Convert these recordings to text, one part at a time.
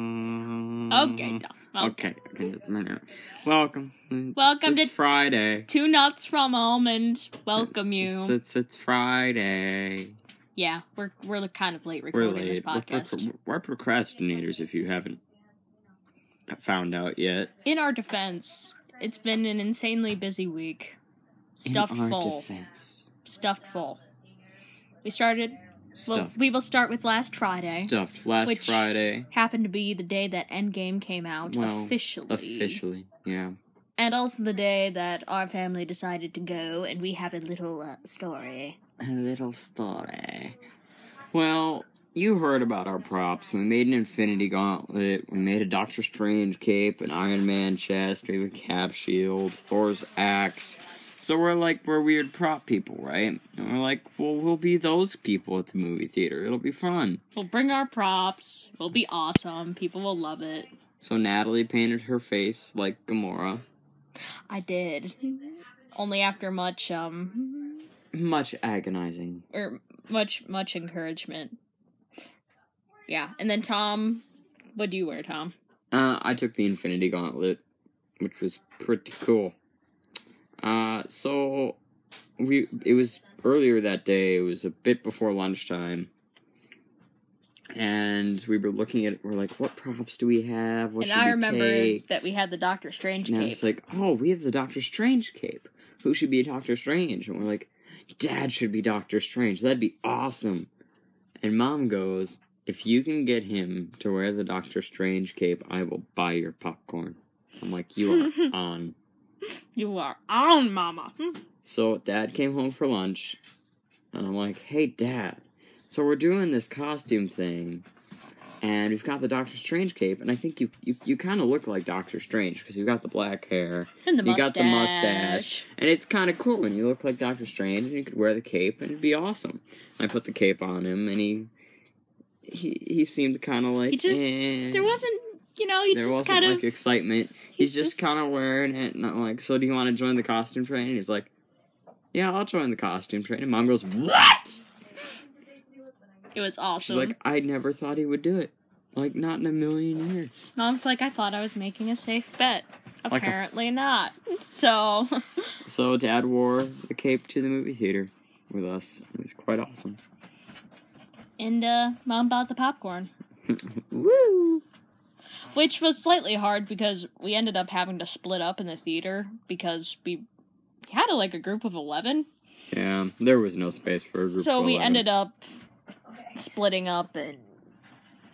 Okay, Duff. Well, Mm-hmm. Okay, okay, that's my note. Welcome. It's- Welcome it's to- Friday. Two nuts from almond. Welcome It's, you. it's it's Friday. Yeah, we're we're kind of late We're recording late. this We're, podcast. proc- we're procrastinators if you haven't found out yet. In our defense, it's been an insanely busy week. Stuffed In our full. defense. Stuffed full. We started. Well, Stuffed. we will start with last Friday. Stuffed last which- Friday. Happened to be the day that Endgame came out Well, officially. Officially, yeah. And also the day that our family decided to go, and we have a little uh, story. A little story. Well, you heard about our props. We made an Infinity Gauntlet. We made a Doctor Strange cape, an Iron Man chest. We have a cap shield, Thor's axe. So we're like, we're weird prop people, right? And we're like, well, we'll be those people at the movie theater. It'll be fun. We'll bring our props. It'll be awesome. People will love it. So Natalie painted her face like Gamora. I did. Only after much, um, Much agonizing. or much, much encouragement. Yeah, and then Tom, what do you wear, Tom? Uh, I took the Infinity Gauntlet, which was pretty cool. Uh, so we it was earlier that day. It was a bit before lunchtime, and we were looking at we're like, what props do we have? What and should I we remember take? that we had the Doctor Strange Now cape. it's like, oh, we have the Doctor Strange cape. Who should be Doctor Strange? And we're like, Dad should be Doctor Strange. That'd be awesome. And Mom goes, if you can get him to wear the Doctor Strange cape, I will buy your popcorn. I'm like, you are on. you are on, Mama. Hmm. So Dad came home for lunch, and I'm like, hey, Dad. So we're doing this costume thing. And we've got the Doctor Strange cape, and I think you you, you kind of look like Doctor Strange because you've got the black hair, And the you got the mustache. mustache, and it's kind of cool. And you look like Doctor Strange, and you could wear the cape, and it'd be awesome. I put the cape on him, and he he he seemed kind of like He just- eh. There wasn't, you know, you there just wasn't kind of. like excitement. He's, he's just, just- kind of wearing it, and I'm like, so do you want to join the costume train? And he's like, yeah, I'll join the costume train. And mom goes, what? it was She's awesome. like, I never thought he would do it. Like not in a million years. Mom's like, I thought I was making a safe bet. a- Apparently not. So, So dad wore the cape to the movie theater with us. It was quite awesome. and uh, mom bought the popcorn. Woo! which was slightly hard because we ended up having to split up in the theater because we had a, like a group of 11 Yeah, there was no space for a group. so of we 11. ended up splitting up and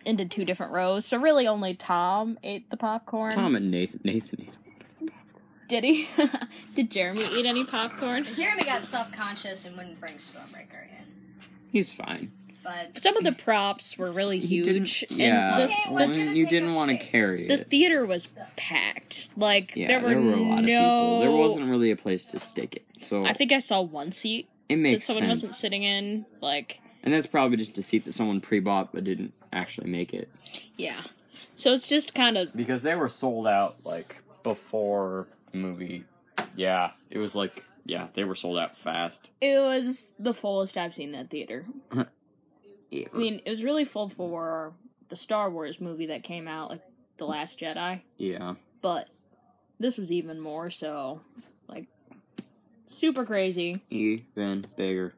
into two different rows so really only tom ate the popcorn Tom and Nathan. Nathan. Nathan. did he did jeremy eat any popcorn Jeremy got self conscious and wouldn't bring Stormbreaker in. He's fine. But some of the props were really He didn't- huge and Yeah, the, Okay, it when was gonna you take didn't up want to space. carry the it. theater was packed like Yeah, there, were a lot no of people. There wasn't really a place to stick it, so i think i saw one seat it that makes someone sense. wasn't sitting in like And that's probably just a seat that someone pre-bought but didn't actually make it Yeah. So it's just kind of because they were sold out like before the movie. Yeah, it was like yeah, they were sold out fast. it was the fullest I've seen that theater. Yeah. I mean, it was really full for the Star Wars movie that came out, like The Last Jedi, yeah. but this was even more so like super crazy. Even bigger.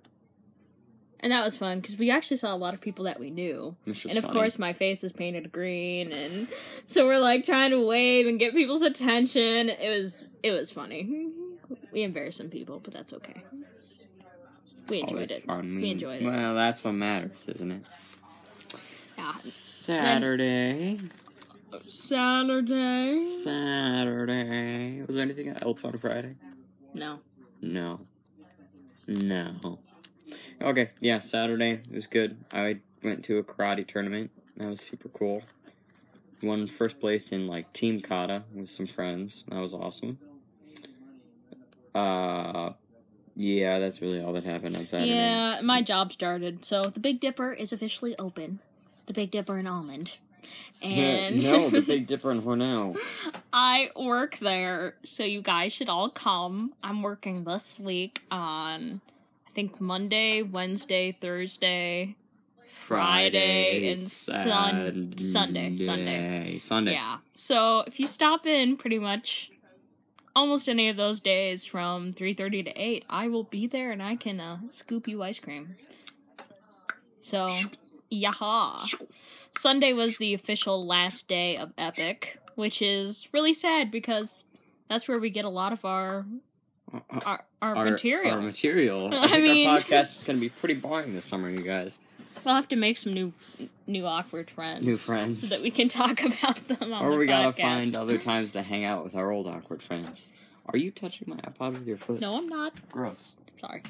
And that was fun because we actually saw a lot of people that we knew. Which was and of funny. course, my face is painted green, and so we're like trying to wave and get people's attention. It was it was funny. We embarrassed some people, but that's okay. We enjoyed Always it. fun. We enjoyed it. Well, that's what matters, isn't it? Yeah. Saturday. Saturday. Saturday. Was there anything else on Friday? No. No. No. Okay, yeah, Saturday was good. I went to a karate tournament. That was super cool. Won first place in like team kata with some friends. That was awesome. Uh yeah, that's really all that happened on Saturday. Yeah, my job started, so the Big Dipper is officially open. The Big Dipper and Almond. And no, the Big Dipper and Hornell. I work there, so you guys should all come. I'm working this week on, I I think Monday, Wednesday, Thursday. Friday and Sun- Sunday, Sunday. Sunday. Yeah. So if you stop in pretty much almost any of those days from 3:30 to 8, I will be there and I can uh, scoop you ice cream. So, yaha. Sunday was the official last day of Epic, which is really sad because that's where we get a lot of our Uh, uh, our, our, our- material. Our material. I I think mean- our podcast is going to be pretty boring this summer, you guys. We'll have to make some new new awkward friends. New friends. So that we can talk about them on or the we gotta podcast. find other times to hang out with our old awkward friends. Are you touching my iPod with your foot? No, I'm not. Gross. Sorry.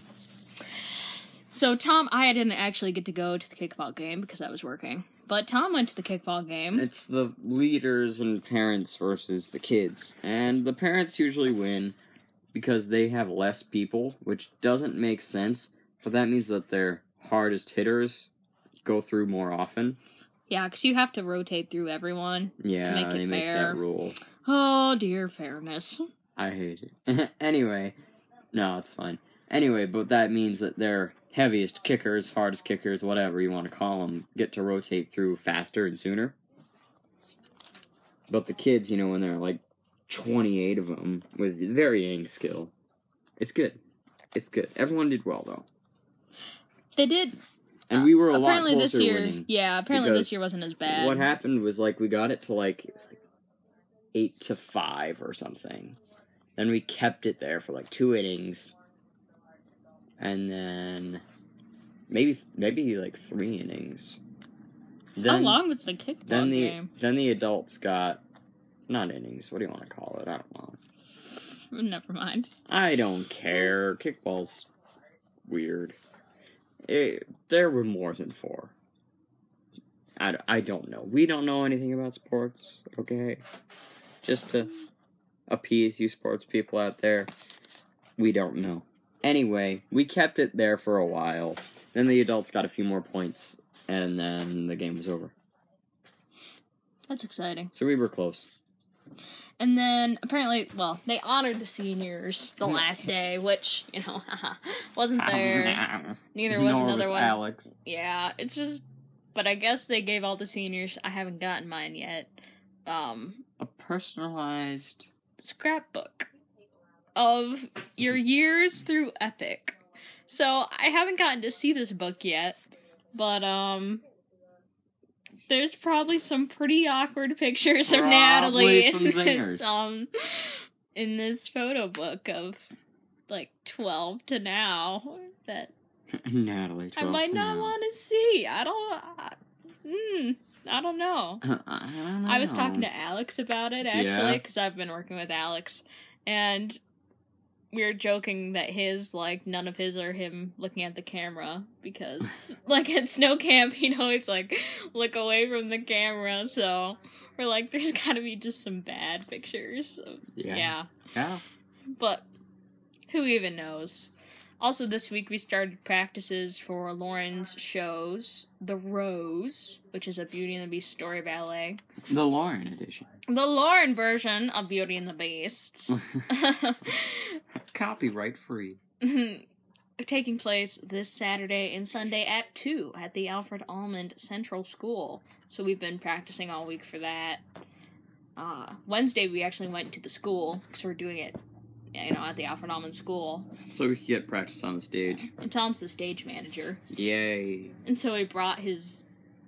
So Tom, I didn't actually get to go to the kickball game because I was working. But Tom went to the kickball game. It's the leaders and parents versus the kids. And the parents usually win because they have less people, which doesn't make sense, but that means that their hardest hitters go through more often. Yeah, because you have to rotate through everyone. Yeah, make it they make fair. that rule. Oh dear, fairness. I hate it. anyway, no, it's fine. Anyway, but that means that their heaviest kickers, hardest kickers, whatever you want to call them, get to rotate through faster and sooner. But the kids, you know, when there are like 28 of them with varying skill, it's good. It's good. Everyone did well though, They did and we were a lot apparently closer this year. winning. Yeah, apparently because this year wasn't as bad. What happened was like we got it to like it was like eight to five or something. Then we kept it there for like two innings, and then maybe maybe like three innings. Then, How long was the kickball Then the game? then the adults got not innings. What do you want to call it? I don't know. Never mind. I don't care. Kickball's weird. It, there were more than four. I, d- I don't know. We don't know anything about sports, okay? Just to appease you sports people out there, we don't know. Anyway, we kept it there for a while. Then the adults got a few more points, and then the game was over. That's exciting. So we were close. And then apparently, well, they honored the seniors the last day, which you know wasn't there. Neither was another one. Alex. Yeah, it's just. But I guess they gave all the seniors. I haven't gotten mine yet. Um, A personalized scrapbook of your years through Epic. So I haven't gotten to see this book yet, but um, there's probably some pretty awkward pictures of Probably Natalie some in zingers. this um in this photo book of like twelve to now that Natalie. I might not want to see. I don't. I, mm, I don't know. to. I don't know. I was talking to Alex about it actually Yeah. because I've been working with Alex, and we were joking that his like none of his are him looking at the camera because like at snow camp you know it's like look away from the camera so we're like there's got to be just some bad pictures of, Yeah. yeah Yeah. but who even knows? Also, this week we started practices for Lauren's shows, The Rose, which is a Beauty and the Beast story ballet, The Lauren edition. the Lauren version of Beauty and the Beast, Copyright free. taking place this Saturday and Sunday at 2 at the Alfred Almond Central School. So we've been practicing all week for that. Uh, Wednesday we actually went to the school because we're doing it, you know, at the Alfred Almond School. So we could get practice on the stage. And Tom's the stage manager, Yay. and so he brought his.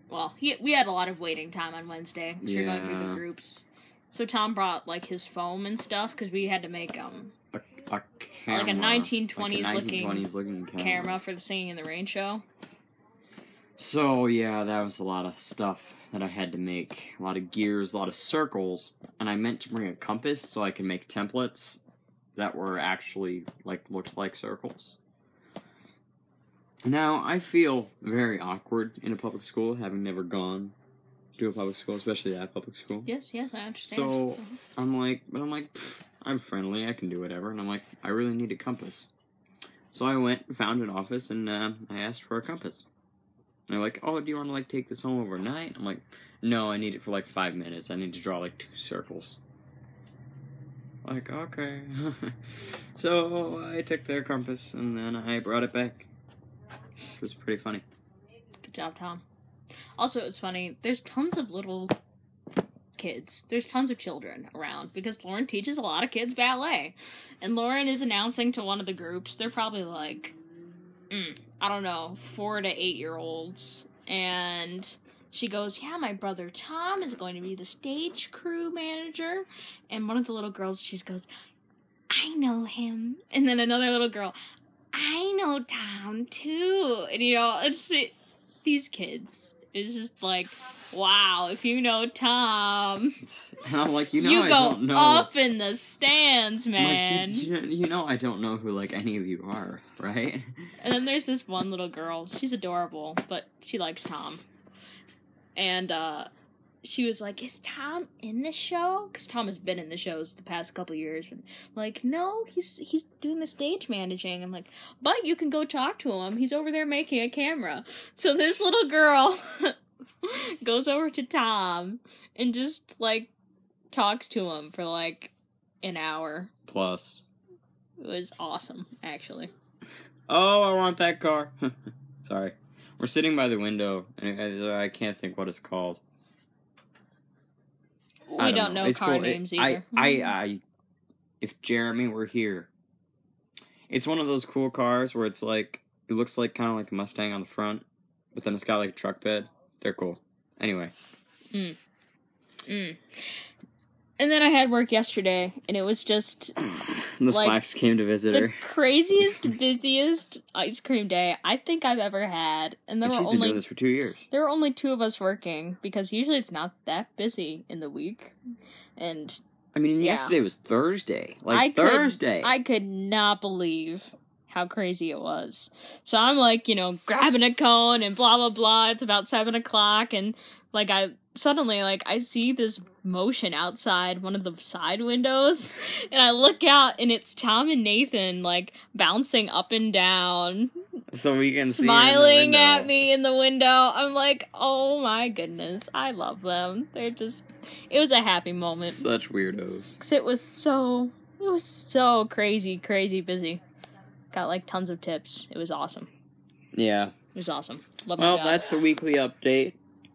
Well, he, we had a lot of waiting time on Wednesday because we were going through the Yeah. groups. So Tom brought like his foam and stuff because we had to make um A, a camera. 1920s Like a looking 1920s looking camera. camera for the singing in the rain show. So yeah, that was a lot of stuff that I had to make. A lot of gears, a lot of circles, and I meant to bring a compass so I could make templates that were actually like looked like circles. Now I feel very awkward in a public school, having never gone to a public school, especially that public school. Yes, yes, I understand. So I'm like, but I'm like, "Pfft, I'm friendly. I can do whatever. And I'm like, I really need a compass. So I went, found an office, and uh, I asked for a compass. And they're like, oh, do you want to like take this home overnight? I'm like, no, I need it for like five minutes. I need to draw like two circles. Like okay, So I took their compass and then I brought it back. It was pretty funny. Good job, Tom. Also, it's funny. There's tons of little kids. There's tons of children around because Lauren teaches a lot of kids ballet, and Lauren is announcing to one of the groups. They're probably like, mm, I don't know, four to eight year olds, and she goes, "Yeah, my brother Tom is going to be the stage crew manager," and one of the little girls, she goes, "I know him," and then another little girl. I know Tom too, and you know it's it, these kids. It's just like, wow, if you know Tom, And I'm like, you know, you I go don't know. up in the stands, I'm like, man. you, you know- you know, I don't know who like any of you are, right? And then there's this one little girl. She's adorable, but she likes Tom. And uh she was like, "Is Tom in the show?" Cuz Tom has been in the shows the past couple years. And like, "No, he's he's doing the stage managing." I'm like, "But you can go talk to him. He's over there making a camera." So this little girl goes over to Tom and just like talks to him for like an hour. Plus, It was awesome, actually. oh, I want that car. Sorry, we're sitting by the window, and I, I can't think what it's called. We I don't, know, It's car cool. It- names either. Hmm. I, I, I, if Jeremy were here, it's one of those cool cars where it's like it looks like kind of like a Mustang on the front, but then it's got like a truck bed. They're cool. Anyway, Mm. And then I had work yesterday, and it was just the Like, slacks came to visit the her. craziest, busiest ice cream day I think I've ever had. And there And She's were been doing only this for two years. there were only two of us working because usually it's not that busy in the week, and I mean, Yeah. yesterday was Thursday. Like I could- Thursday. I could not believe how crazy it was. So I'm like, you know, grabbing a cone and blah blah blah. It's about seven o'clock, and like I suddenly like I see this motion outside one of the side windows, and I look out, and it's Tom and Nathan like bouncing up and down, so we can see her in the smiling window. at me in the window. I'm like, oh my goodness, I love them. They're just, it was a happy moment. Such weirdos. 'Cause it was so it was so crazy, crazy busy. Got like tons of tips. It was awesome. Yeah. It was awesome. Love Oh my Well, job. that's the weekly update.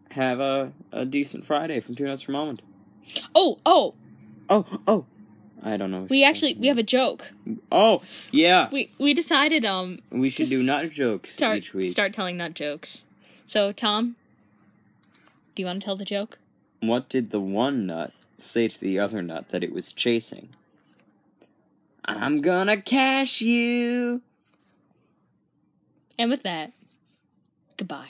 Have a, a decent Friday from Two Nuts from Almond. Oh, oh, Oh, oh. I don't know. we actually we have a joke. Oh, yeah. We we decided um We should do Just nut jokes start each week. start telling nut jokes. So Tom, do you want to tell the joke? What did the one nut say to the other nut that it was chasing? I'm gonna cash you. And with that, goodbye.